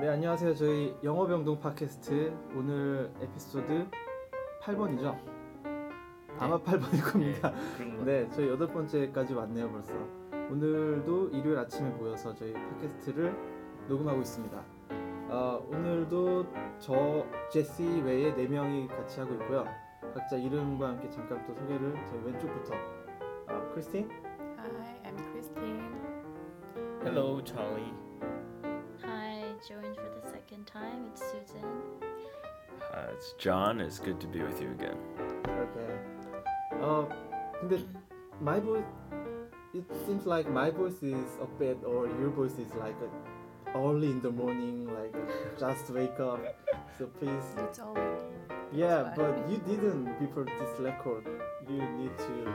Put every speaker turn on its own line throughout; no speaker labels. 네 안녕하세요 저희 영어병동 팟캐스트 오늘 에피소드 8번이죠
네.
아마 8번일 겁니다
그런 거.
네 저희 여덟 번째까지 왔네요 벌써 오늘도 일요일 아침에 모여서 저희 팟캐스트를 녹음하고 있습니다 어, 오늘도 저 제시 외에 네 명이 같이 하고 있고요 각자 이름과 함께 잠깐 또 소개를 저희 왼쪽부터 어, 크리스틴
Hi, I'm Christine.
Hello, Charlie.
Hi, joined for the second time. It's Susan.
Hi, Uh, it's John. It's good to be with you again.
Okay. 어 근데 my voice it seems like my voice is a bit or your voice is like uh, early in the morning like just wake up so please
It's all we need.
yeah
That's why.
but you didn't before this record you need to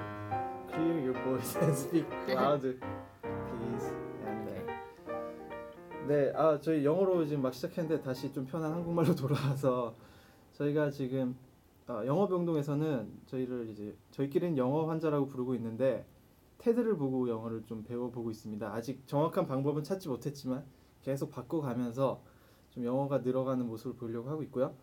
clear your voice and speak louder please and uh, 네, 아 저희 영어로 지금 막 시작했는데 다시 좀 편한 한국말로 돌아와서 저희가 지금 어, 영어 병동에서는 저희를 이제 저희끼리는 영어 환자라고 부르고 있는데 테드를 보고 영어를 좀 배워보고 있습니다. 아직 정확한 방법은 찾지 못했지만 계속 바꿔가면서 좀 영어가 늘어가는 모습을 보려고 하고 있고요.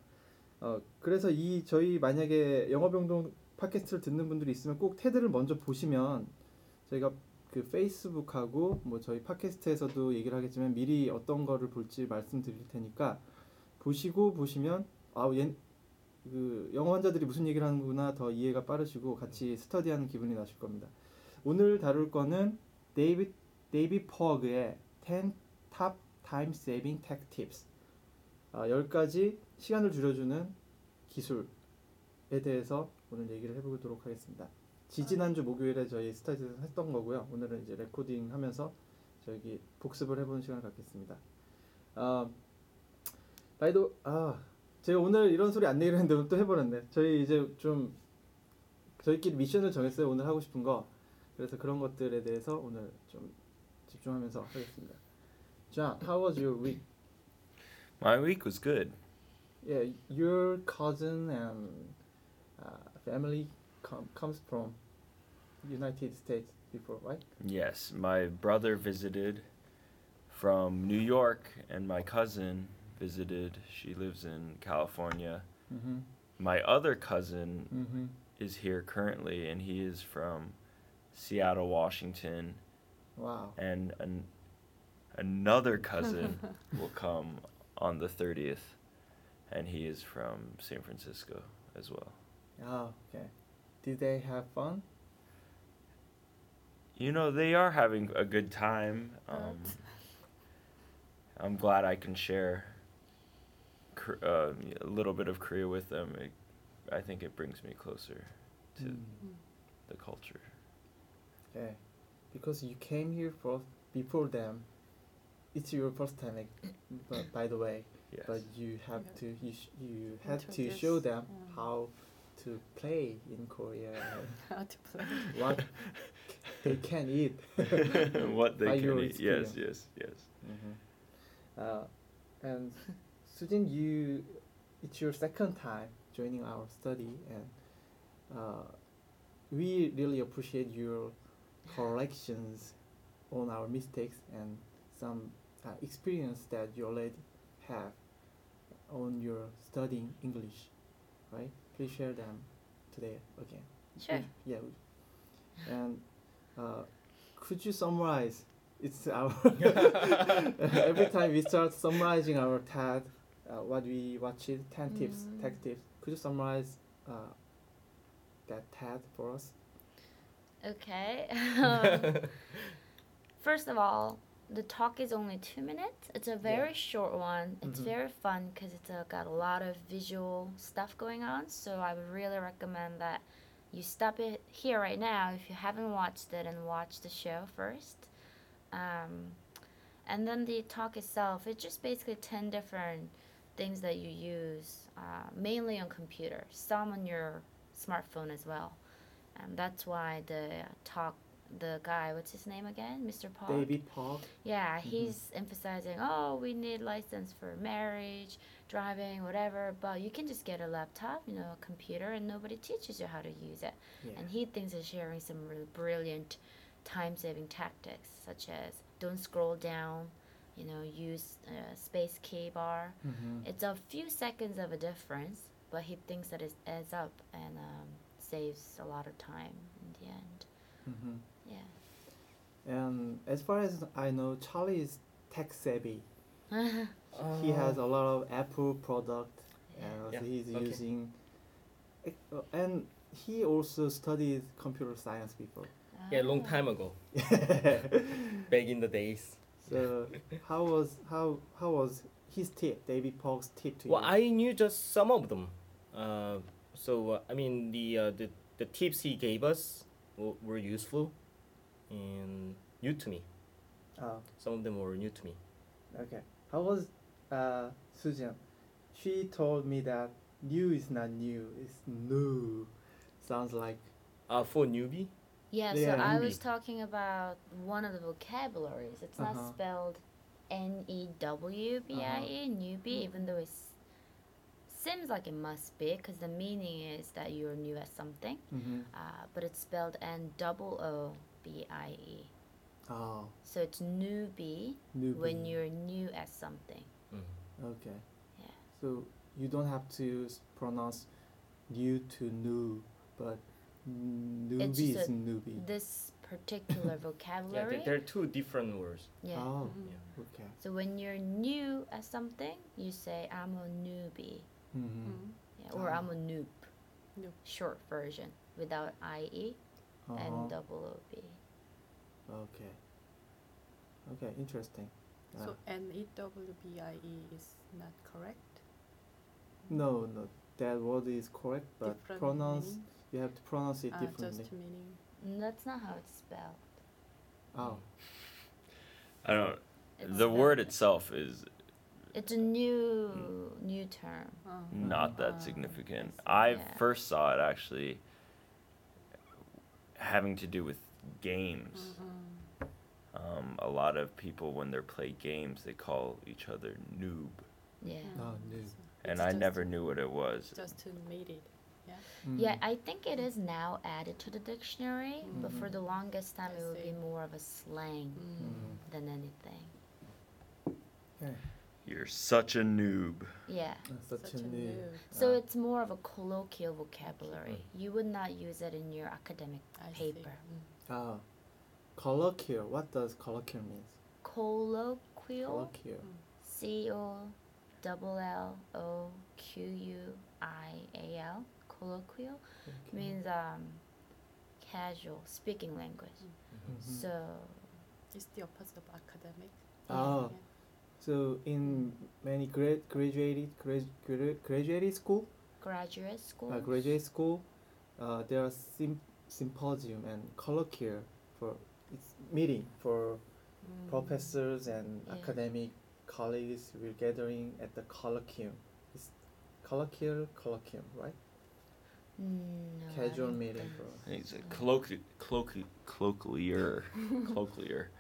어, 그래서 이 저희 만약에 영어 병동 팟캐스트를 듣는 분들이 있으면 꼭 테드를 먼저 보시면 저희가 그 페이스북하고 뭐 저희 팟캐스트에서도 얘기를 하겠지만 미리 어떤 거를 볼지 말씀드릴 테니까 보시고 보시면 아, 아그 영어 환자들이 무슨 얘기를 하는구나 더 이해가 빠르시고 같이 스터디하는 기분이 나실 겁니다. 오늘 다룰 거는 데이빗 데이비 퍼그의 10탑 타임 세이빙 택 팁스 아, 10가지 시간을 줄여주는 기술에 대해서 오늘 얘기를 해보도록 하겠습니다. 지지난주 목요일에 저희 스타디에서 했던 거고요. 오늘은 이제 레코딩 하면서 저기 복습을 해보는 시간을 갖겠습니다. 아, 나이도 아 제가 오늘 이런 소리 안 내기로 했는데 오늘 또 해버렸네. 저희 이제 좀 저희끼리 미션을 정했어요. 오늘 하고 싶은 거. 그래서 그런 것들에 대해서 오늘 좀 집중하면서 하겠습니다. 자, how was your week?
My week was good.
Yeah, your cousin and uh, family com- comes from United States before, right?
Yes, my brother visited from New York, and my cousin visited. She lives in California.
Mm-hmm.
My other cousin
Mm-hmm.
is here currently, and he is from Seattle, Washington.
Wow.
And an- another cousin will come on the 30th, and he is from San Francisco as well.
Ah, okay. Did they have fun?
You know, they are having a good time. Um,
Perhaps.
I'm glad I can share Kor- uh, a little bit of Korea with them. It, I think it brings me closer to the culture.
Okay. Because you came here for before them, it's your first time. Like, but by the way,
Yes.
but you have
Yeah.
to you, sh- you had to show
Introduce,
them
yeah.
how to play in Korea, and
How to play.
what they can eat.
what
By
they
your
can eat. Yes,
experience.
yes, yes.
Mm-hmm. Uh, and Sujin, you it's your second time joining our study, and uh, we really appreciate your corrections on our mistakes and some uh, experience that you already have on your studying English, right? Please share them today again.
Sure.
Yeah. And uh, could you summarize? It's our every time we start summarizing our TED, uh, what we watched, ten tips, tech tips. Could you summarize uh, that TED for us?
Okay. Um, first of all, the talk is only two minutes. It's a very short one. It's
Mhm.
very fun because it's uh, got a lot of visual stuff going on. So I would really recommend that you stop it here right now if you haven't watched it and watch the show first. Um, and then the talk itself, it's just basically 10 different things that you use, uh, mainly on computer, some on your smartphone as well. And that's why the talk, the guy, what's his name again? Mr. Paul?
David Mm-hmm. Park.
Yeah, he's emphasizing, oh, we need license for marriage, driving, whatever, but you can just get a laptop, you know, a computer, and nobody teaches you how to use it.
Yeah.
And he thinks of sharing some really brilliant time saving tactics, such as don't scroll down, you know, use uh, space key bar.
Mm-hmm.
Mhm.
It's a few seconds of a difference, but he thinks that it adds up and um, saves a lot of time in the end.
Mm-hmm.
Mhm.
Yeah.
And as far as I know, Charlie is tech savvy. he has a lot of Apple product, and also
Oh. Yeah,
he's
okay.
using. eh, uh, And he also studied computer science before.
Yeah,
Ah.
long time ago, back in the days.
so how was how how was his tip, David Park's tip to
Well,
you?
I knew just some of them. Uh, so uh, I mean, the, uh, the the tips he gave us w- were useful and new to me.
Oh,
Some of them were new to me.
okay. How was uh Susan? She told me that new is not new. It's new. Sounds like
Uh, for newbie,
Yeah, so
Yeah,
I
maybe.
was talking about one of the vocabularies. It's not
Uh-huh.
spelled N E W B I E,
Uh-huh.
newbie,
Mm.
even though it seems like it must be, because the meaning is that you're new at something.
mm-hmm.
Uh, but it's spelled N double O B I E.
oh
So it's newbie
new.
when you're new at something.
mm.
Okay.
Yeah.
So you don't have to s- pronounce new to new, but
It's
newbie
just
is
a-
newbie.
This particular
yeah, Oh.
vocabulary.
there, there are two different words.
yeah.
Oh,
Yeah.
okay.
So when you're new at something, you say, I'm a newbie.
Mm-hmm.
Mm.
Yeah, or
Ah.
I'm a noob.
Noob.
Short version without IE Mm-hmm. and
Uh-huh.
double OB.
Okay. Okay, interesting. Uh, Yeah.
So N E W B I E is not correct.
no, no, that word is correct, but
Different
pronounce
meaning?
you have to pronounce it
Ah,
differently.
just meaning.
And Mm, that's not how it's spelled.
Oh,
I don't.
It's
the word
spelled-
itself is
It's a new new term.
Oh.
Mm.
not
Ah,
that significant.
I
I
see. Yeah.
first saw it actually having to do with games.
Mm-mm.
Um, a lot of people when they play games, they call each other noob,
Yeah.
Oh,
Mm,
new.
so
and
it's
I
just-
never knew what it was.
Just to meet it.
Yeah,
mm,
I think it is now added to the dictionary, but for
Mhm.
the longest time
I
it would be
see.
more of a slang
mm.
than anything.
Okay,
You're such a noob.
Yeah.
uh, such, a new.
So
Ah.
it's more of a colloquial vocabulary.
Mm-hmm.
You would not use it in your academic
I see. Mm.
paper.
Oh, colloquial. What does colloquial means?
Colloquial?
Colloquial.
C O double L O Q U I A L colloquial
Okay.
means um casual speaking language.
Mhm.
So
It's the opposite of academic.
Oh,
Yeah.
So in many grad graduated grad, grad, graduated school,
graduate school.
uh, graduate school, uh, there are sym- symposium and colloquia for it's meeting for
Mm.
professors and
Yeah.
academic colleagues. We're gathering at the colloquium. It's colloquial colloquium, right?
Mm, no, I
Casual
don't
meeting
think
for
so.
I think it's a colloqu- colloqu- colloquier, colloquier.
Yeah.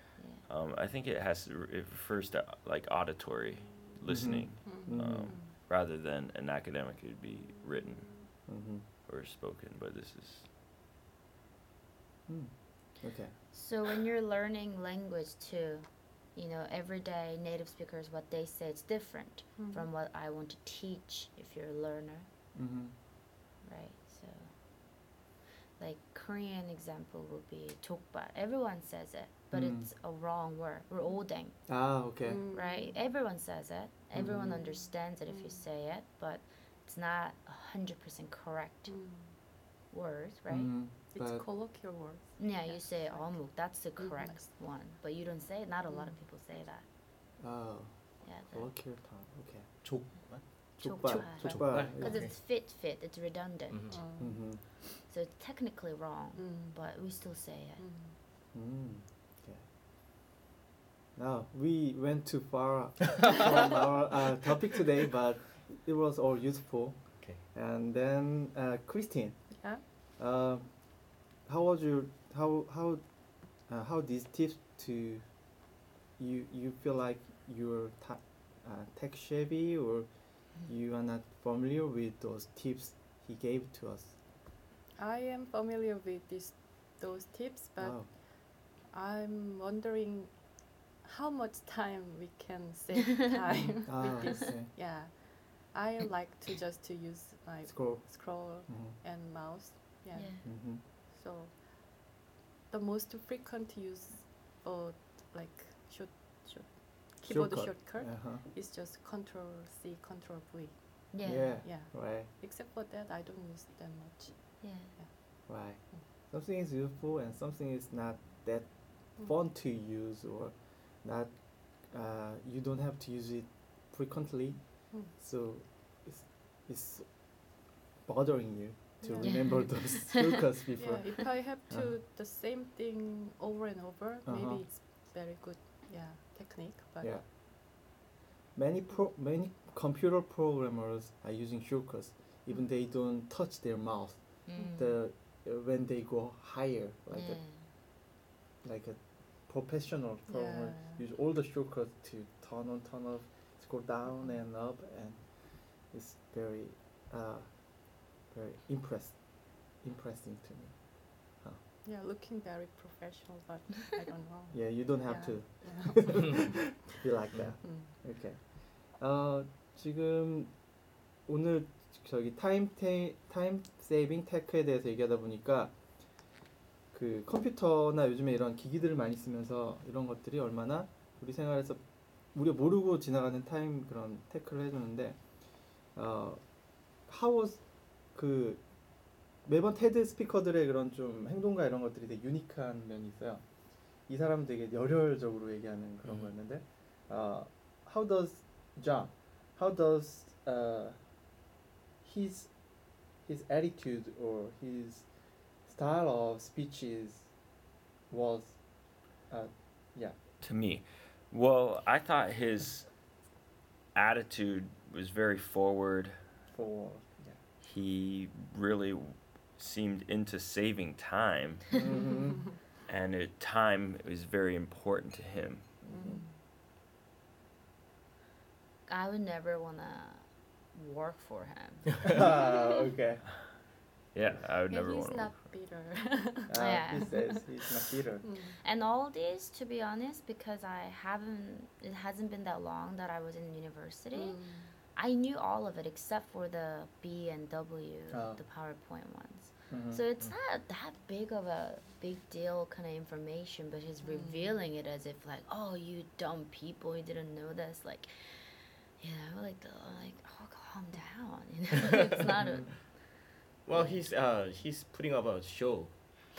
Um, I think it has to, it refers to like auditory listening
Mm.
Mm.
um, rather than an academic. It would be written
Mm-hmm.
or spoken, but this is
Mm. Okay.
So when you're learning language too, you know, every day native speakers what they say it's different
Mm.
from what I want to teach if you're a learner.
Mm-hmm.
Right. So, like Korean example would be 족발. Everyone says it, but
Mm.
it's a wrong word. Rodeng,
Ah, okay.
Mm.
right? Everyone says it. Everyone
Mm.
understands it if you
Mm.
say it, but it's not a hundred percent correct
Mm.
word, right?
Mm,
It's
but
colloquial words.
Yeah, you
Yes,
say
right.
어묵. That's the
Mm,
correct one, but you don't say it. Not a lot of people say that.
oh,
Yeah.
colloquial time. Okay.
족 what?
족발.
족발.
족발.
Because
Okay.
it's fit, fit. It's redundant.
Mhm.
Mm.
Mm-hmm.
So it's technically wrong,
Mm.
but we still say it.
Mm.
Mm, okay. Now we went too far from our uh, topic today, but it was all useful.
Okay.
And then uh, Christine,
Yeah.
uh, how was your how how uh, how these tips to you you feel like you're ta- uh, tech savvy or you are not familiar with those tips he gave to us?
I am familiar with this, those tips, but
Wow.
I'm wondering how much time we can save time.
아, 네.
yeah, I like to just to use my
스크롤.
scroll
음,
and mouse. Yeah.
yeah.
음,
So the most frequent use or like short, short keyboard
Shortcut.
shortcut,
Uh-huh. 아하.
is just Control C, Control V.
Yeah. Yeah.
Yeah.
Yeah.
Right.
Except for that, I don't use them much.
Right. Something is useful and something is not that
Mm.
fun to use or not uh, you don't have to use it frequently.
Mm.
So it's it's bothering you to
Yeah.
remember those shortcuts before.
Yeah, if I have to the same thing over and over,
Uh-huh.
maybe it's very good, yeah, technique. But
Yeah. Many pro many computer programmers are using shortcuts.
Hmm.
Even they don't touch their mouth.
Mm.
The uh, when they go higher, like
yeah.
a like a professional programmer,
Yeah.
use all the shortcuts to turn on, turn off, scroll down and up, and it's very uh very impressed impressing to me.
yeah, looking very professional, but I don't know.
Yeah, you don't have
Yeah.
to
Yeah.
be like that.
Mm.
이렇게 어, 지금 오늘 저기 타임 테, 타임 세이빙 테크에 대해서 얘기하다 보니까 그 컴퓨터나 요즘에 이런 기기들을 많이 쓰면서 이런 것들이 얼마나 우리 생활에서 우리가 모르고 지나가는 타임 그런 테크를 해주는데 어, 하워 그 매번 테드 스피커들의 그런 좀 행동과 이런 것들이 되게 유니크한 면이 있어요. 이 사람 되게 열혈적으로 얘기하는 그런
음.
거였는데 어, how does John, how does uh, his his attitude or his style of speeches was uh,
to me. Well, I thought his attitude was very forward.
for yeah.
He really seemed into saving time,
Mhm.
and it, time was very important to him.
mm.
Mhm.
I would never wanna work for him.
Ah, okay.
Yeah, I would
And
never
he's
want to.
not bitter.
Ah,
Oh, Yeah.
He says he's not bitter.
Mm.
And all this, to be honest, because I haven't, it hasn't been that long that I was in university.
Mm.
I knew all of it except for the B and W,
Oh.
the PowerPoint ones.
Mhm.
So it's not that big of a big deal kind of information, but he's
Mm.
revealing it as if like, oh, you dumb people, you didn't know this. Like, you know, like, the, like oh, calm down. You know, it's not a,
Mm-hmm.
Well, he's uh he's putting up a show,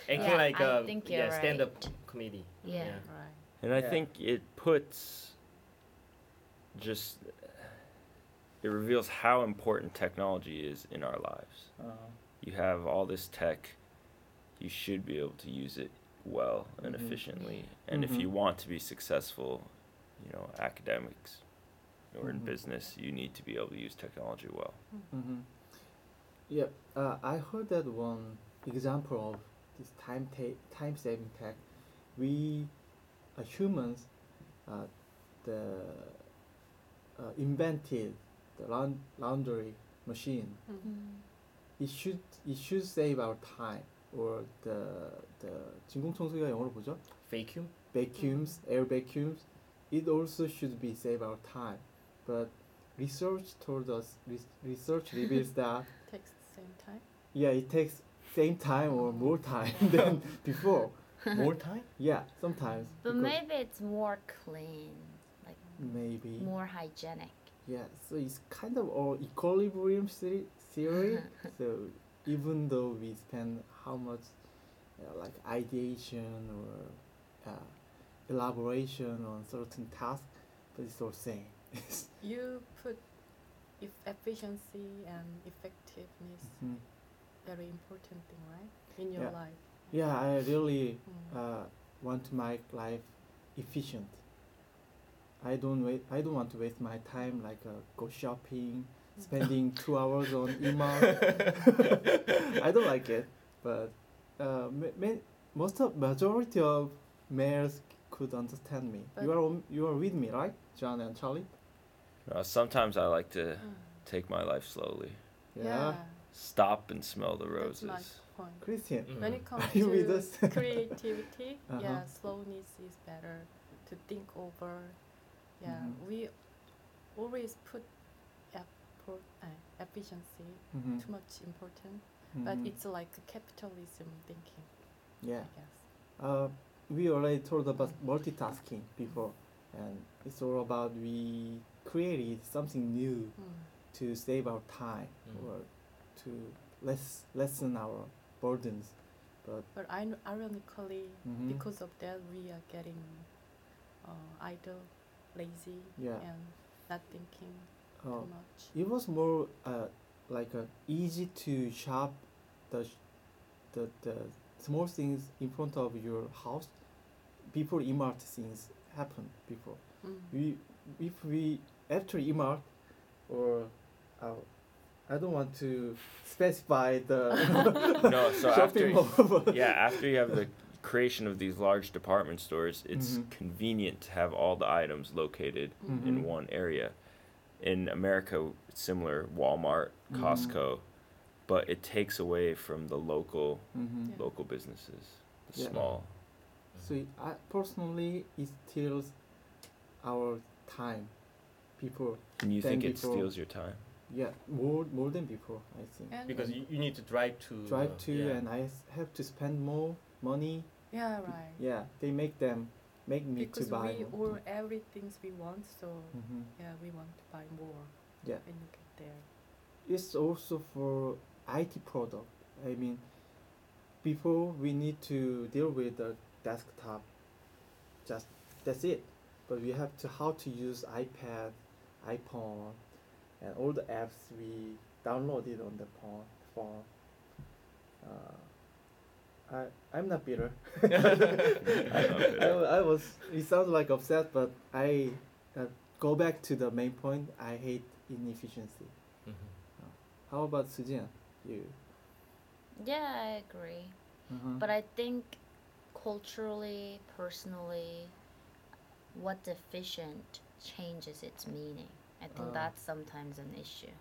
acting
Yeah,
like
I
um,
think
yeah
you're
stand up comedy.
yeah.
Right.
And I
Yeah.
think it puts just it reveals how important technology is in our lives.
Uh-huh.
You have all this tech, you should be able to use it well and
Mhm.
efficiently. And if
Mhm.
you want to be successful, you know, academics or in
Mhm.
business, you need to be able to use technology well.
Mm-hmm. Yeah, uh, I heard that one example of this time ta- time saving tech. We, uh, humans, uh, the uh, invented the laun- laundry machine.
Mm.
Mm.
It should it should save our time or the the 진공청소기가 영어로 뭐죠?
Vacuum.
vacuums, air vacuums, it also should be save our time. But research told us, res- research reveals that
Takes the same time.
yeah, it takes same time or more time than before.
More time.
Yeah, sometimes.
But
because
maybe it's more clean, like
maybe.
more hygienic.
Yeah, so it's kind of all equilibrium the- theory. so even though we spend how much uh, like ideation or uh, elaboration on certain tasks, but it's all same.
You put if efficiency and effectiveness
Mhm.
very important thing, right? In your
Yeah.
life.
Yeah, I really
Mm.
uh, want to make life efficient. I don't wait. I don't want to waste my time like uh, go shopping, spending two hours on email. I don't like it, but uh, ma- ma- most of majority of males could understand me.
But-
you are on- you are with me, right, John and Charlie?
Uh, sometimes I like to
Mm.
take my life slowly,
Yeah.
stop and smell the roses.
That's my point.
Christian.
Mm.
When it comes
you with
to
us?
creativity,
Uh-huh.
yeah, slowness is better to think over. Yeah,
Mhm.
we always put effort, uh, efficiency
Mhm.
too much important, but
Mhm.
it's like a capitalism thinking,
yeah.
I guess.
Uh, we already told about multitasking before, and it's all about we created something new
Mm.
to save our time
Mhm.
or to less lessen our burdens. But
But I, ironically,
Mhm.
because of that, we are getting uh, idle, lazy,
Yeah.
and not thinking
uh,
too much.
it was more uh, like uh, easy to shop the, sh- the the small things in front of your house before Imart things happened before.
Mm.
we if we after EMART or uh, I don't want to specify the
No, so
shopping
after-
mall. but-
yeah, after you have the creation of these large department stores, it's
Mhm.
convenient to have all the items located
Mm.
Mhm.
in one area. In America, it's similar Walmart,
Mhm.
Costco, but it takes away from the local
Mhm.
Yeah.
local businesses, the
Yeah.
small.
So it- I personally it steals our time before.
And you
Then
think it
before-
steals your time?
Yeah, more more than before I think.
And
because you, you need to drive to
Drive
uh,
to
yeah.
and I s- have to spend more money.
yeah, right.
Yeah, they make them make me
because
to buy.
we
more.
all everything we want, so
Mhm.
yeah, we want to buy more.
Yeah.
When you get there.
it's also for IT product. I mean, before we need to deal with the desktop, just that's it. But we have to how to use iPad, iPhone, and all the apps we downloaded on the phone. phone. Uh, I I'm not bitter. I,
bitter.
I was. It sounds like upset, but I uh, go back to the main point. I hate inefficiency.
Mhm.
How about Sujian? You.
Yeah, I agree.
Mm-hmm.
But I think culturally, personally, what's efficient changes its meaning. I think
Ah.
that's sometimes an issue.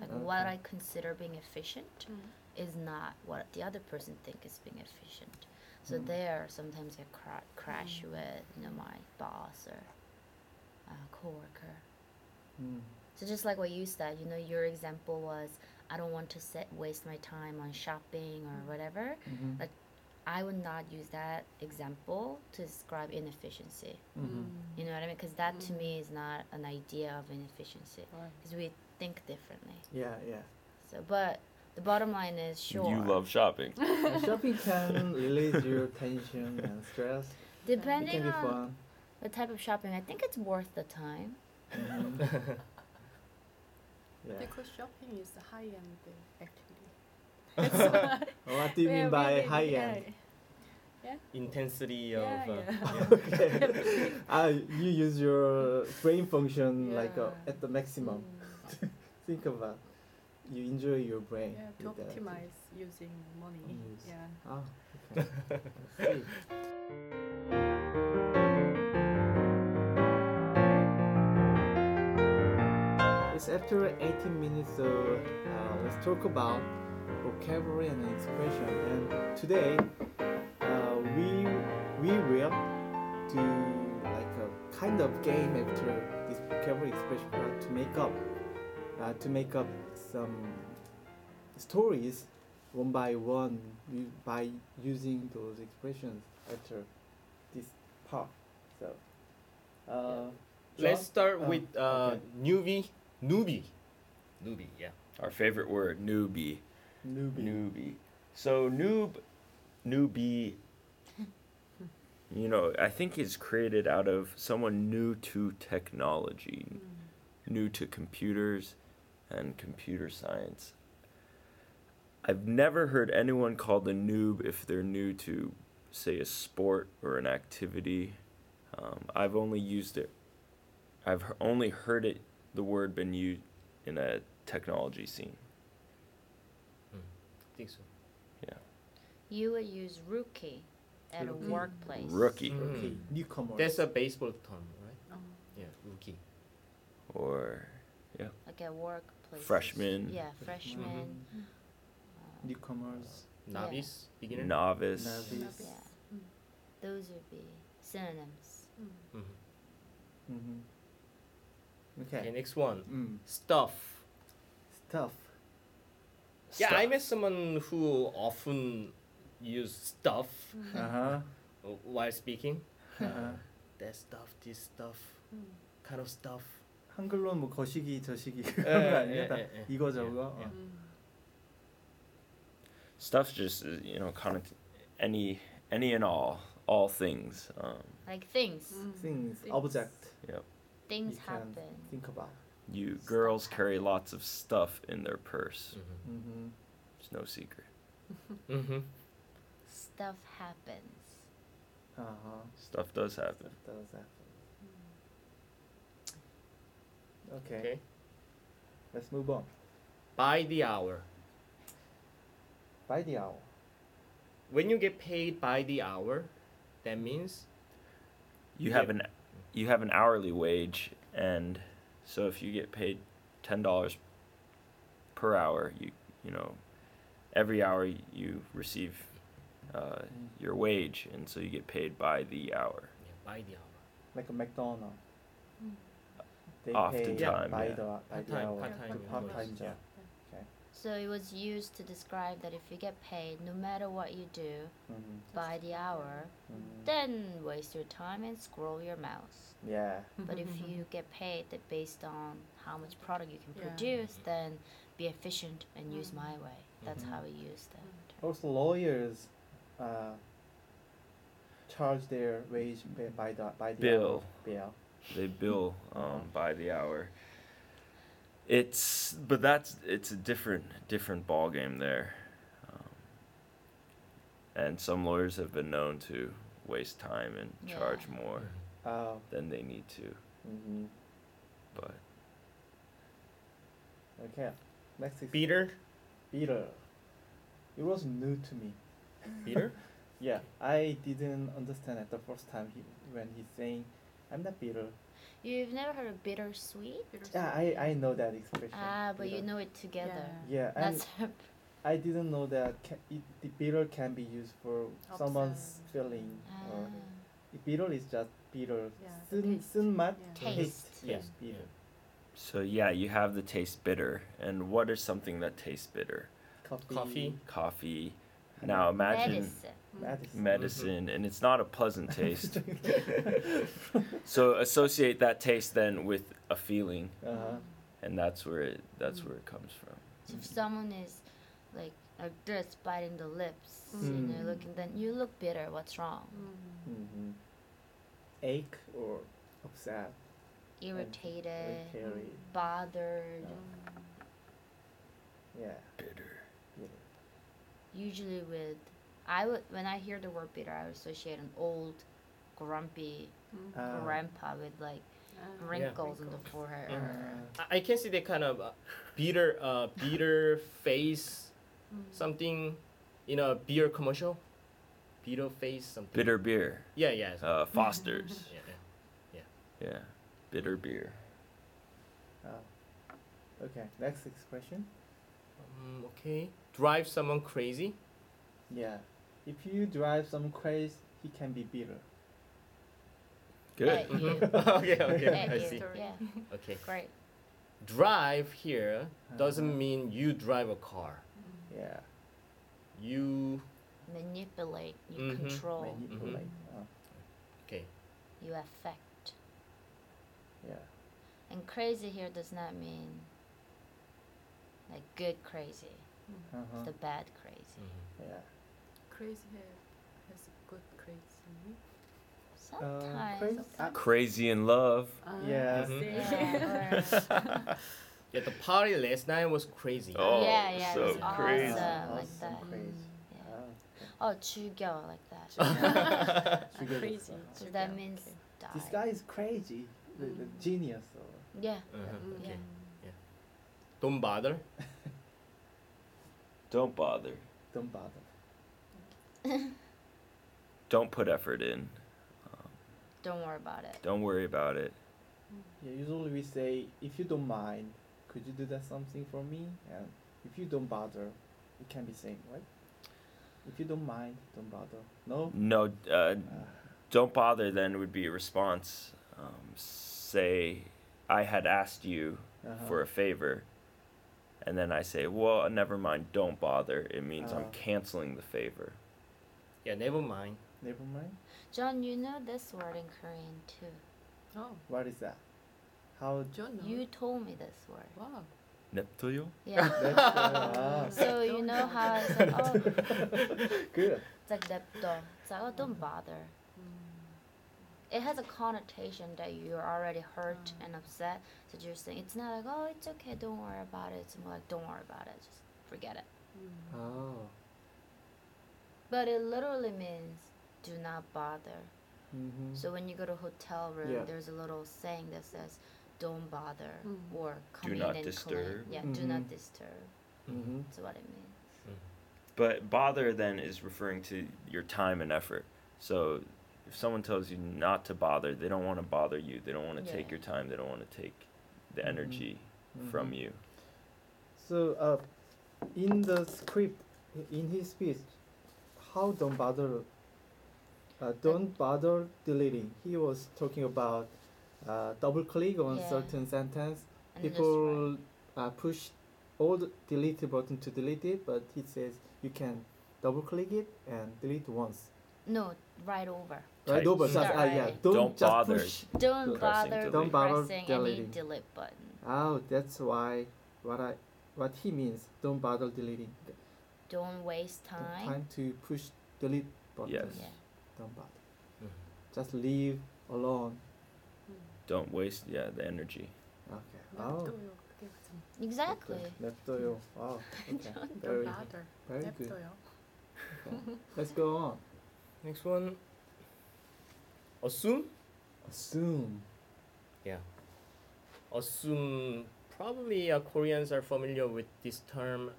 Like what
Okay.
I consider being efficient
Mm-hmm.
is not what the other person think is being efficient. So
Mm.
there, sometimes I cra- crash
Mm-hmm.
Mm.
with you know my boss or a coworker.
Mm.
So just like what you said, you know, your example was I don't want to set, waste my time on shopping
Mm.
or whatever.
Mhm.
Like- I would not use that example to describe inefficiency.
Mhm.
Mm-hmm. You know what I mean? Because that to
Mm.
me is not an idea of inefficiency.
Right.
Because we think differently.
Yeah, yeah.
So, but the bottom line is sure.
You love shopping.
And shopping can release your tension and stress. It
Depending
can be
on
fun.
the type of shopping, I think it's worth the time.
Mhm. yeah.
Because shopping is a high end activity. That's why
What do you
we
mean
are
by
really-
high
yeah,
end?
intensity
Yeah,
of uh,
yeah.
okay. uh, you use your brain function like uh,
Yeah.
at the maximum.
Mm.
Think about. You enjoy your brain.
yeah, to
with that.
optimize using money.
Yes.
Yeah.
Ah, okay. I see. It's after 18 minutes, so uh, let's talk about vocabulary and expression. And today, uh, we we will do like a kind of game after this vocabulary expression part to make up uh, to make up some stories one by one u- by using those expressions after this part. So, uh,
let's
John?
start
Um,
with uh,
okay.
newbie newbie newbie yeah
Our favorite word, newbie.
newbie.
Newbie. So noob, newbie. You know, I think it's created out of someone new to technology,
Mm.
new to computers and computer science. I've never heard anyone called a noob if they're new to, say, a sport or an activity. Um, I've only used it, I've he- only heard it, the word been used in a technology scene.
I think so
Yeah.
You would use rookie at
Rookie.
a workplace.
Rookie.
Rookie,
Mm.
newcomer.
that's a baseball term right
Um,
yeah rookie
Or
Like at workplace.
Freshman.
Yeah,
Freshman.
freshman. uh,
음. Newcomers.
novice beginner
novice.
Novice.
Novice.
those would be synonyms.
mm,
Mm-hmm.
Mhm.
Okay,
Okay.
next one.
Mm.
Stuff.
Stuff.
Yeah, I
Stuff.
met someone who often use stuff
Uh huh.
while speaking.
Uh-huh.
That stuff, this stuff,
Mm.
kind of stuff.
한글로는 뭐 거시기 저시기
예,
그런 거
예,
아니야? 다
예, 예.
이거
예,
저거.
예.
음.
어.
Mm.
Stuff's just uh, you know kind of any any and all all things. Um,
Like things.
Mm.
Things,
Things.
object,
Things
You can
happen.
think about.
you
Stuff.
girls carry lots of stuff in their purse.
Mm-hmm.
Mhm.
It's no secret.
Mm-hmm.
Stuff happens.
Uh-huh.
Stuff does happen.
Stuff does happen. Okay.
Okay.
Let's move on.
By the hour.
By the hour.
When you get paid by the hour, that means
You
Yeah.
have an you have an hourly wage, and so if you get paid ten dollars per hour, you you know every hour you receive uh, your wage, and so you get paid by the hour.
yeah, by the hour.
Like a McDonald's.
Mm.
They
Often
pay
time,
by
yeah.
the by the
Part-time,
hour.
part-time
to
employees,
part-time
yeah.
job.
So it was used to describe that if you get paid, no matter what you do,
Mhm.
by the hour,
Mhm.
then waste your time and scroll your mouse.
Yeah.
But if you get paid that based on how much product you can
Yeah.
produce, then be efficient and use
Mm. Oh.
my way. That's
Mm-hmm.
how we use them.
Also lawyers uh, charge their wage ba- by the by the
Bill.
hour. bill.
They bill um, by the hour. It's but that's it's a different different ball game there, um, and some lawyers have been known to waste time and charge
Yeah.
more
Mm-hmm.
Oh.
than they need to.
hmm
But
Okay. Next is
Peter,
Peter. It was new to me.
Peter.
Yeah, I didn't understand it the first time he, when he's saying, "I'm not bitter."
You've never heard of bittersweet?
Yeah, I, I know that expression.
Ah, but you
bitter.
know it together.
Yeah.
Yeah, and
That's
I didn't know that ca- it, the bitter can be used for someone's
Upset.
feeling. Or
ah,
bitter is just bitter.
Yeah,
쓴
taste.
쓴맛
Yeah.
Taste.
Yeah,
Taste,
bitter.
so yeah, you have the taste bitter, and what is something that tastes bitter?
Coffee.
Coffee.
Coffee.
honey,
Now imagine
medicine.
Mm.
medicine.
medicine, and it's not a pleasant taste. so associate that taste then with a feeling,
uh-huh.
Mm.
and that's where it that's where it comes from.
So if someone is like like this biting the lips,
Mm.
you know, looking then you look bitter. What's wrong?
Mm.
hmm Ache or upset. Or
Irritated,
carry.
bothered.
Yeah.
Bitter.
bitter.
Usually with, I would when I hear the word bitter, I would associate an old, grumpy
Mm.
Uh,
grandpa with like
Uh,
wrinkles on the forehead.
Uh,
or-
I, I can see that kind of uh, bitter, uh, bitter face,
Mm.
something in a beer commercial. Bitter face, something.
Bitter beer.
Yeah, yeah. so-
Uh, Foster's.
yeah, yeah.
yeah. Bitter beer.
oh. Okay. Next expression.
Um, okay. Drive someone crazy.
Yeah. If you drive some crazy, he can be bitter.
Good.
Good.
At you.
okay, okay,
at
I
you.
see.
Sorry.
Yeah,
Okay.
great.
Drive here
Uh,
doesn't mean you drive a car.
Yeah.
You
Manipulate, you
Mhm.
control,
Manipulate. uh,
okay?
you affect.
yeah.
And crazy here does not mean like good crazy.
Mm.
Uh-huh.
It's the bad crazy.
Yeah.
Crazy hair has a good crazy.
Sometimes.
crazy-
sometimes-
Crazy in love.
Ah,
Yeah. Mm-hmm.
Mhm.
see.
Yeah, or-
Yeah, the party last night was crazy. Uh-huh.
Oh,
yeah, yeah,
so
it's awesome,
crazy.
like that.
Uh-huh. Awesome Crazy.
Yeah.
Ah,
Oh, 죽여, like that.
yeah,
she goes,
crazy.
uh,
so
Sugar,
that means
okay.
die.
This guy is crazy. The, the
Mm.
genius. Or,
Yeah,
Mm-hmm.
Uh-huh, okay.
yeah.
Don't bother.
Don't bother.
don't bother.
Don't put effort in. Um,
Don't worry about it.
don't worry about it.
Yeah, usually we say, if you don't mind, could you do that something for me? And if you don't bother, it can be saying, right? If you don't mind, don't bother. No?
No, uh,
Uh,
don't bother then would be a response. Um, say, I had asked you
Uh-huh.
for a favor, and then I say, well, never mind, don't bother. It means I'm
Ah.
canceling the favor.
Yeah, never mind.
Never mind.
John, you know this word in Korean too.
Oh,
What is that? How?
John. knows.
You told me this word.
Wow. Mm.
넵토요?
Yeah.
That's, uh, ah,
so you know how I said, oh, it's
good.
like lepto. It's like, oh, don't bother.
Mm.
It has a connotation that you're already hurt
Mm.
and upset. So you're saying it's not like, oh, it's okay, don't worry about it. It's more like, don't worry about it, just forget it.
Mm.
Oh.
But it literally means do not bother.
Mm-hmm.
So when you go to hotel room,
Yeah.
there's a little saying that says, "Don't bother"
Mm.
or "Come in
not
and
disturb.
Clean. Yeah, do not
Mhm.
disturb.
mm-hmm.
That's what it means.
But bother then is referring to your time and effort. So if someone tells you not to bother, they don't want to bother you. They don't want to
Yeah.
take your time. They don't want to take the
Mhm.
energy from
Mm-hmm.
you.
So, uh, in the script, in his speech, how don't bother, uh, don't bother deleting. He was talking about uh, double click on
Yeah.
certain sentence.
And then just
People
write.
uh, push all the delete button to delete it, but he says you can double click it and delete once.
no, right over.
Right
Type.
over. Just,
Start
ah, yeah.
writing.
Don't,
Don't
just
bother.
push.
Don't
Pressing
bother
delete.
Don't bother
pressing any
deleting.
delete button.
Oh, that's why what I what he means. Don't bother deleting.
Don't waste
Don't
time.
time to push delete button.
Yes.
Yeah.
Don't bother.
Mhm.
Just leave alone.
Don't waste yeah the energy.
Okay.
냅둬요.
Oh.
그게 무슨
Exactly.
냅둬요. Wow. Okay.
Don't
Very,
bother.
very good.
냅둬요.
Let's go on.
Next one. Assume.
Assume.
Yeah. Assume probably uh, Koreans are familiar with this term.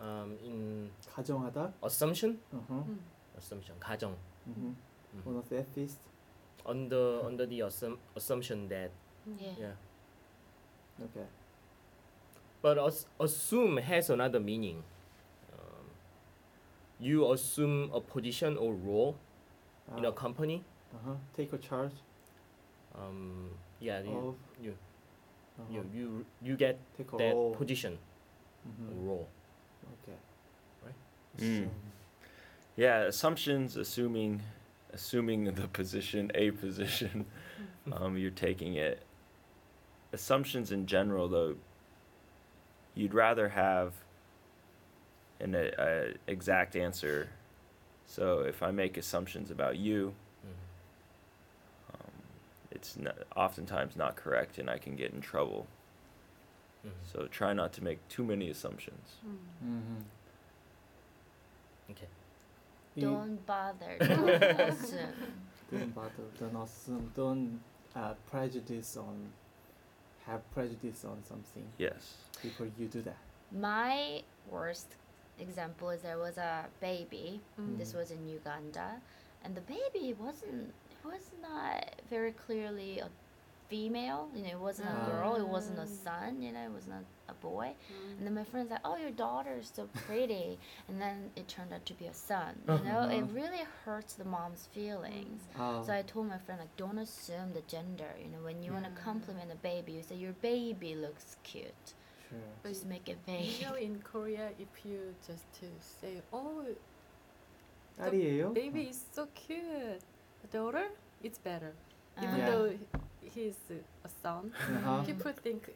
Um, in
가정하다.
assumption,
Uh-huh.
음.
assumption, 가정.
Mm-hmm.
Mhm.
Mhm.
One of the atheists.
Under under the assum- assumption that
음.
Yeah.
yeah.
Okay.
But as- assume has another meaning. Um, you assume a position or role
Uh,
in a company.
uh-huh. Take a charge
Um, yeah, you,
of.
you-
uh-huh.
you you you get
Take a
that
role.
position or
Mhm.
role.
Okay.
Right?
Mm.
Assume.
Yeah, assumptions, assuming, assuming the position, a position, um, you're taking it. Assumptions in general, though, you'd rather have an a, a exact answer. So if I make assumptions about you,
Mhm.
um, it's not, oftentimes not correct, and I can get in trouble.
Mhm.
So try not to make too many assumptions.
음.
Mhm.
Okay.
You
Don't bother. Don't assume.
don't bother. Don't assume. Don't uh, prejudice on. Have prejudice on something
Yes.
before you do that.
My worst example is there was a baby
음.
This was in Uganda, and the baby wasn't it was not very clearly a female. You know, it wasn't a girl. It wasn't
Ah.
a son. You know, it was not a boy.
음.
And then my friends like, "Oh, your daughter is so pretty," and then it turned out to be a son. You know, it
Uh-huh.
really hurts the mom's feelings.
Uh,
So I told my friend like, "Don't assume the gender. You know, when you want to
Yeah.
compliment a baby, you say your baby looks cute.
sure.
But
Just make it
You
vague."
know, in Korea, if you just uh, say, "Oh,
딸이에요?
baby is so cute," daughter, it's better. Even
Yeah.
though he's uh, a son,
Uh-huh.
people think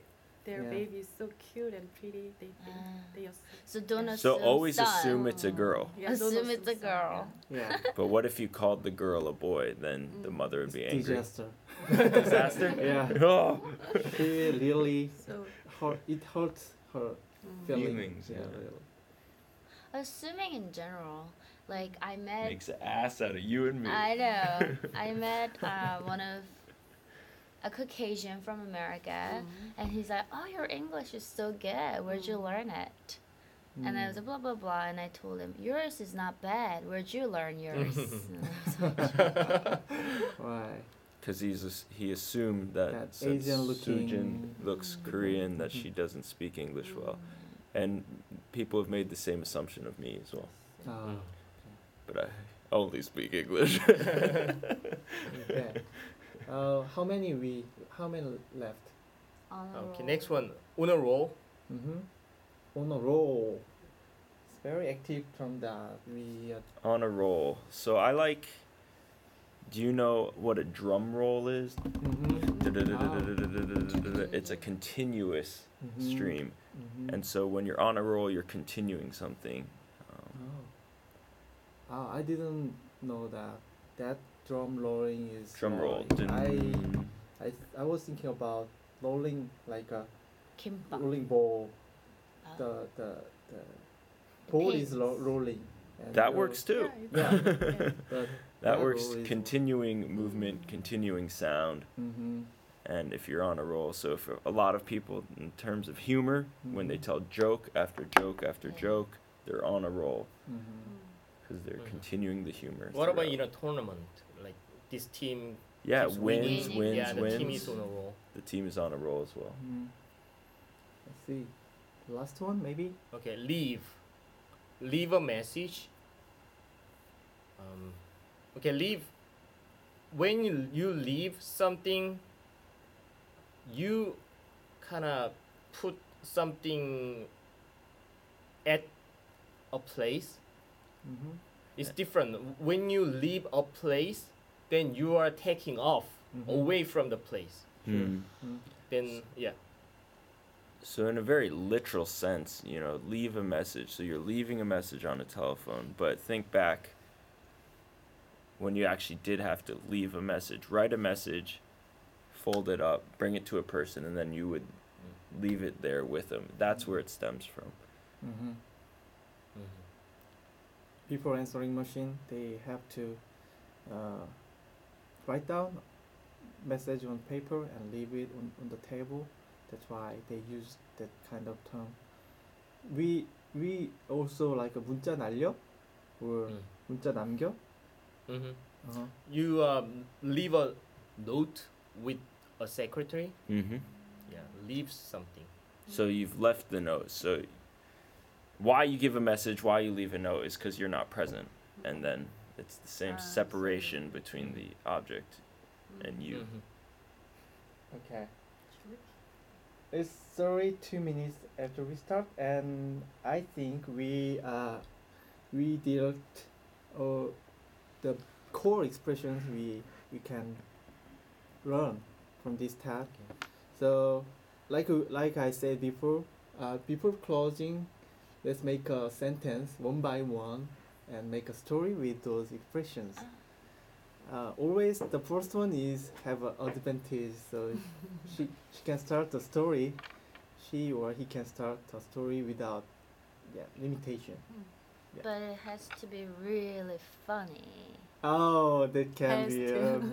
their
Yeah.
baby is so cute and pretty. They think
Ah.
they are. So
So don't assume.
So always
son.
assume it's a girl.
Yeah, don't
Assume it's a
son, yeah.
girl.
Yeah.
But what if you called the girl a boy? Then the
Mm.
mother would be
It's
angry.
Disaster.
Disaster?
Yeah.
Oh.
She really
So
hurt. It hurts her
mm,
Yeah.
feelings.
Feelings,
Yeah.
yeah.
Really.
Assuming in general, like I met,
Makes an ass out of you and me.
I know, I met uh, one of a Caucasian from America,
mm.
and he's like, "Oh, your English is so good. Where'd you learn it?" And
Mm.
I was like, "Blah blah blah," and I told him, "Yours is not bad. Where'd you learn yours?" And I was like,
Why?
Because he's ass- he assumed that,
That
since
Asian
Sujin
looking-
looks Korean, that she doesn't speak English
Mm.
well.
Mm-hmm.
And people have made the same assumption of me as well.
Uh,
Mm.
But only speak English.
Okay. Uh, how many we? How many left?
On a
Okay,
roll.
next one. On a roll.
Mm-hmm. On a roll. It's very active from that. We uh,
On a roll. So I like. Do you know what a drum roll is?
mm-hmm.
It's a continuous stream,
Mm-hmm.
and so when you're on a roll, you're continuing something. Um,
oh. oh, I didn't know that. That drum rolling is
drum
more
roll. Mm.
Like, I I I was thinking about rolling like a
Kimbap.
rolling ball.
Oh.
The the the ball is ro-
pins.
rolling. and
That
the-
works too.
Yeah.
yeah.
But,
That
Yeah.
works. Mm-hmm.
Roll is-
Continuing movement, continuing sound.
mm-hmm.
and if you're on a roll. So for a lot of people, in terms of humor, when they
Mhm.
tell joke after joke after
Yeah.
joke, they're on a roll
Mm-hmm.
Mm.
because they're
Mhm.
continuing the humor.
What about in a
throughout.
tournament? Like this team
Yeah,
keeps
wins,
winning.
wins,
yeah, the
wins.
team is on a roll.
the team is on a roll as well.
Mm. Let's see. Last one, maybe?
Okay, leave. Leave a message. Um, okay, leave. When you, you leave something, you kind of put something at a place.
Mm-hmm.
It's different. When you leave a place, then you are taking off
Mhm.
away from the place.
Hmm.
Mm-hmm.
Then, yeah.
So in a very literal sense, you know, leave a message. So you're leaving a message on a telephone, but think back when you actually did have to leave a message, write a message, fold it up, bring it to a person, and then you would leave it there with them. That's where it stems from.
Mm-hmm. Before answering machine, they have to uh, write down message on paper and leave it on, on the table. That's why they use that kind of term. We we also like a 문자 날려 or
Mm.
문자 남겨.
hmm
Uh-huh.
You um, leave a note with a secretary.
Mm-hmm.
Yeah, leave something.
So you've left the note. So why you give a message, why you leave a note is because you're not present. And then it's the
Ah,
same
I see.
separation between the object
Mm.
and you.
Mm-hmm.
Okay. It's already two minutes after we start, and I think we uh, we dealt uh, the core expressions we we can learn from this tab. So, like uh, like I said before, uh, before closing, let's make a sentence one by one, and make a story with those expressions.
Ah.
Uh, always the first one is have an advantage, so she she can start the story, she or he can start a story without, yeah, limitation. Yeah.
But it has to be really funny.
Oh, that can
Has
be
to.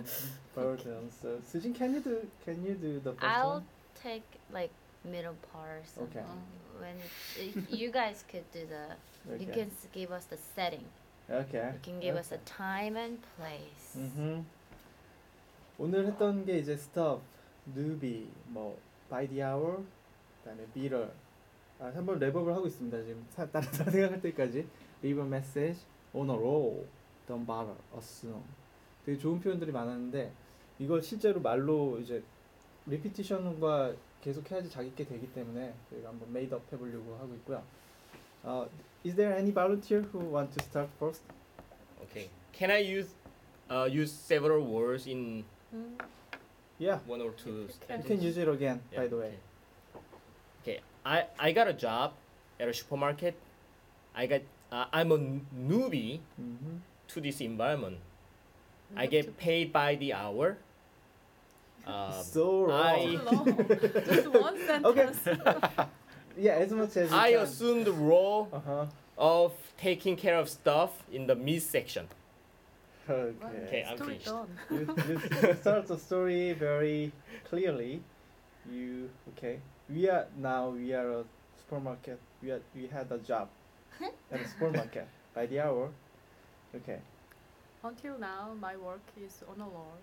a burden. So, Sujin, can you do can you do the 1st
I'll
one?
take like middle part or something.
Okay.
When it, you guys could do the, you can s- give us the setting.
Okay. Uh,
You can give us a time and place.
Mhm. 오늘 했던 게 이제 stop, newbie, 뭐 by the hour, 그다음에 bitter. 아, 한번 랩업을 하고 있습니다 지금. 사, 다른 사람 생각할 때까지. Leave a message on a roll, don't bother, assume. 되게 좋은 표현들이 많았는데 이걸 실제로 말로 이제 리피티션과 계속 해야지 자기게 되기 때문에 저희가 한번 메이드업 해보려고 하고 있고요. 어, is there any volunteer who want to start first?
Okay. Can I use uh, use several words in
Mm.
Yeah,
one or two?
you can use it again. by the way.
Okay. okay. I I got a job at a supermarket. I got uh, I'm a newbie
Mhm.
to this environment. I
Not
get paid by the hour. Um,
so
I-
too
wrong.
long. Just one sentence.
yeah, as much as you
I
can.
assume the role
Uh huh.
of taking care of stuff in the meat section. Okay,
Okay.
I'm
Story
finished.
done.
you, you start the story very clearly. You okay? We are now we are a supermarket. We are, we had a job at a supermarket by the hour. Okay.
Until now, my work is on a roll.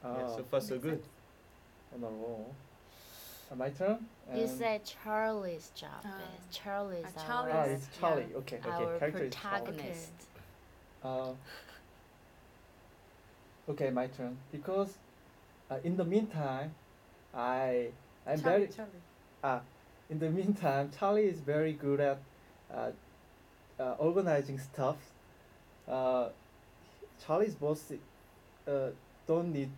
Uh,
yeah, so far so
Makes
good.
sense.
on a roll. Uh, my turn. And-
You said Charlie's job
Ah.
is Charlie's
Ah,
our
Charlie.
Ah, it's
yeah.
Charlie. Okay.
our
Character is Charlie.
protagonist.
Uh, okay, my turn. Because uh, in the meantime, I I'm
Charlie,
very
Charlie.
ah. In the meantime, Charlie is very good at uh, uh, organizing stuff. Uh, Charlie's boss uh, don't need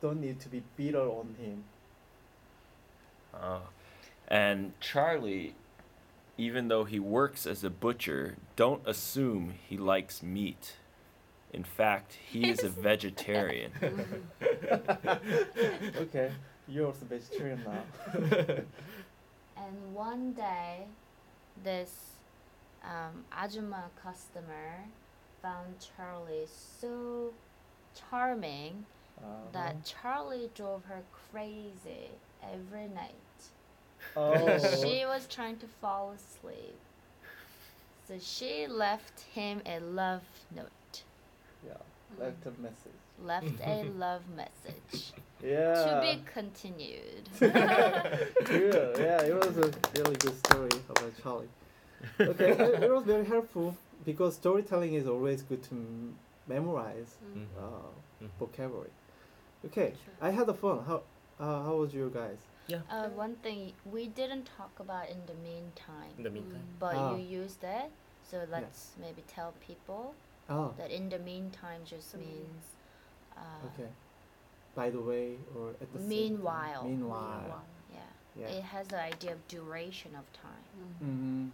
don't need to be bitter on him.
Uh, and Charlie, even though he works as a butcher, don't assume he likes meat. In fact, he is a vegetarian.
Okay, you're also vegetarian now.
And one day, this um, Ajuma customer found Charlie so charming
Uh,
that Charlie drove her crazy every night.
oh,
She was trying to fall asleep. So she left him a love note,
Oh, yeah,
Mm.
left a message.
left a
Mm-hmm.
love message.
Yeah.
To be continued.
good. Yeah, it was a really good story about Charlie. Okay, it, it was very helpful because storytelling is always good to m- memorize
Mm.
uh,
Mhm.
vocabulary. Okay,
Sure.
I had a fun. How uh, how was you guys?
Uh, one thing we didn't talk about in the meantime,
In
Mm.
the meantime,
but
Ah.
you used it, so let's maybe tell people
Oh,
that in the meantime just
Mm-hmm.
The means.
means uh,
okay. By the way, or at the same time.
meanwhile.
Meanwhile.
Meanwhile.
Yeah.
Yeah.
it has the idea of duration of time.
Mm.
Mm-hmm.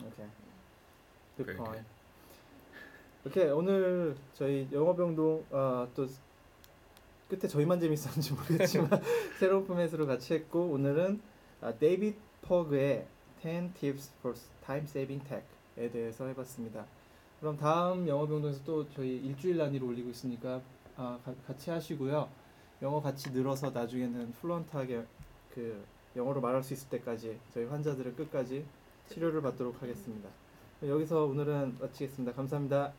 Okay. Good
Very
point. 그러니까. 오케이 오늘 저희 영어병동 아, 또 끝에 저희만 재밌었는지 모르겠지만 새로운 포맷으로 같이 했고 오늘은 아, 데이빗 퍼그의 10 Tips for Time Saving Tech에 대해서 해봤습니다. 그럼 다음 영어병동에서 또 저희 일주일 단위로 올리고 있으니까 아, 가- 같이 하시고요. 영어 같이 늘어서 나중에는 플런트하게 그 영어로 말할 수 있을 때까지 저희 환자들을 끝까지 치료를 받도록 하겠습니다. 여기서 오늘은 마치겠습니다. 감사합니다.